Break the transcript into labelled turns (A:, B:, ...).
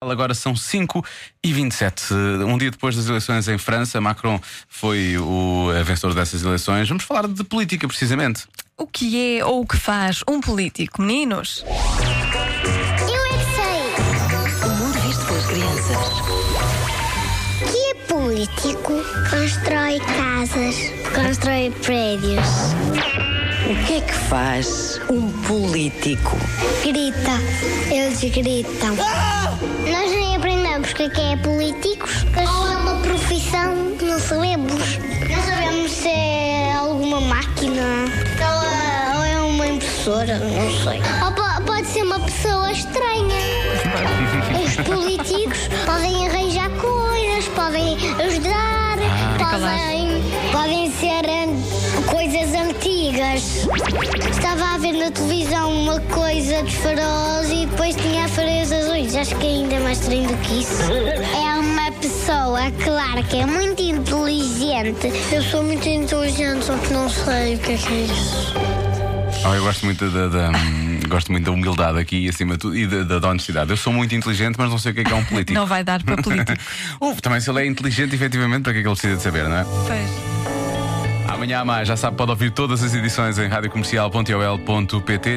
A: Agora são 5 e 27. Um dia depois das eleições em França, Macron foi o eh, vencedor dessas eleições. Vamos falar de política, precisamente.
B: O que é ou o que faz um político, meninos?
C: Eu é que sei
D: O mundo visto pelas crianças.
C: que é político. Constrói casas, constrói prédios,
D: O que é que faz um político?
C: grita, eles gritam. Nós nem aprendemos o que é que é políticos, ou é uma profissão que não sabemos. Não sabemos se é alguma máquina ou é, ou é uma impressora, não sei. Ou po- pode ser uma pessoa estranha. Os políticos podem arranjar coisas, podem ajudar, podem, podem ser an- coisas antigas. Estava a ver na televisão uma coisa dos faróis e depois tinha faróis azuis. Acho que é ainda mais estranho do que isso. É uma pessoa, claro, que é muito inteligente. Eu sou muito inteligente, só que não sei o que é que é isso.
A: Ah, eu gosto muito da, da- da, hum, gosto muito da humildade aqui, acima de tudo, e da, da- da honestidade. Eu sou muito inteligente, mas não sei o que é, que é um político.
B: Não vai dar para político.
A: Uh, também, se ele é inteligente, efetivamente, para que é que ele precisa de saber, não é?
B: pois.
A: Amanhã há mais. Já sabe, pode ouvir todas as edições em radiocomercial.ol.pt.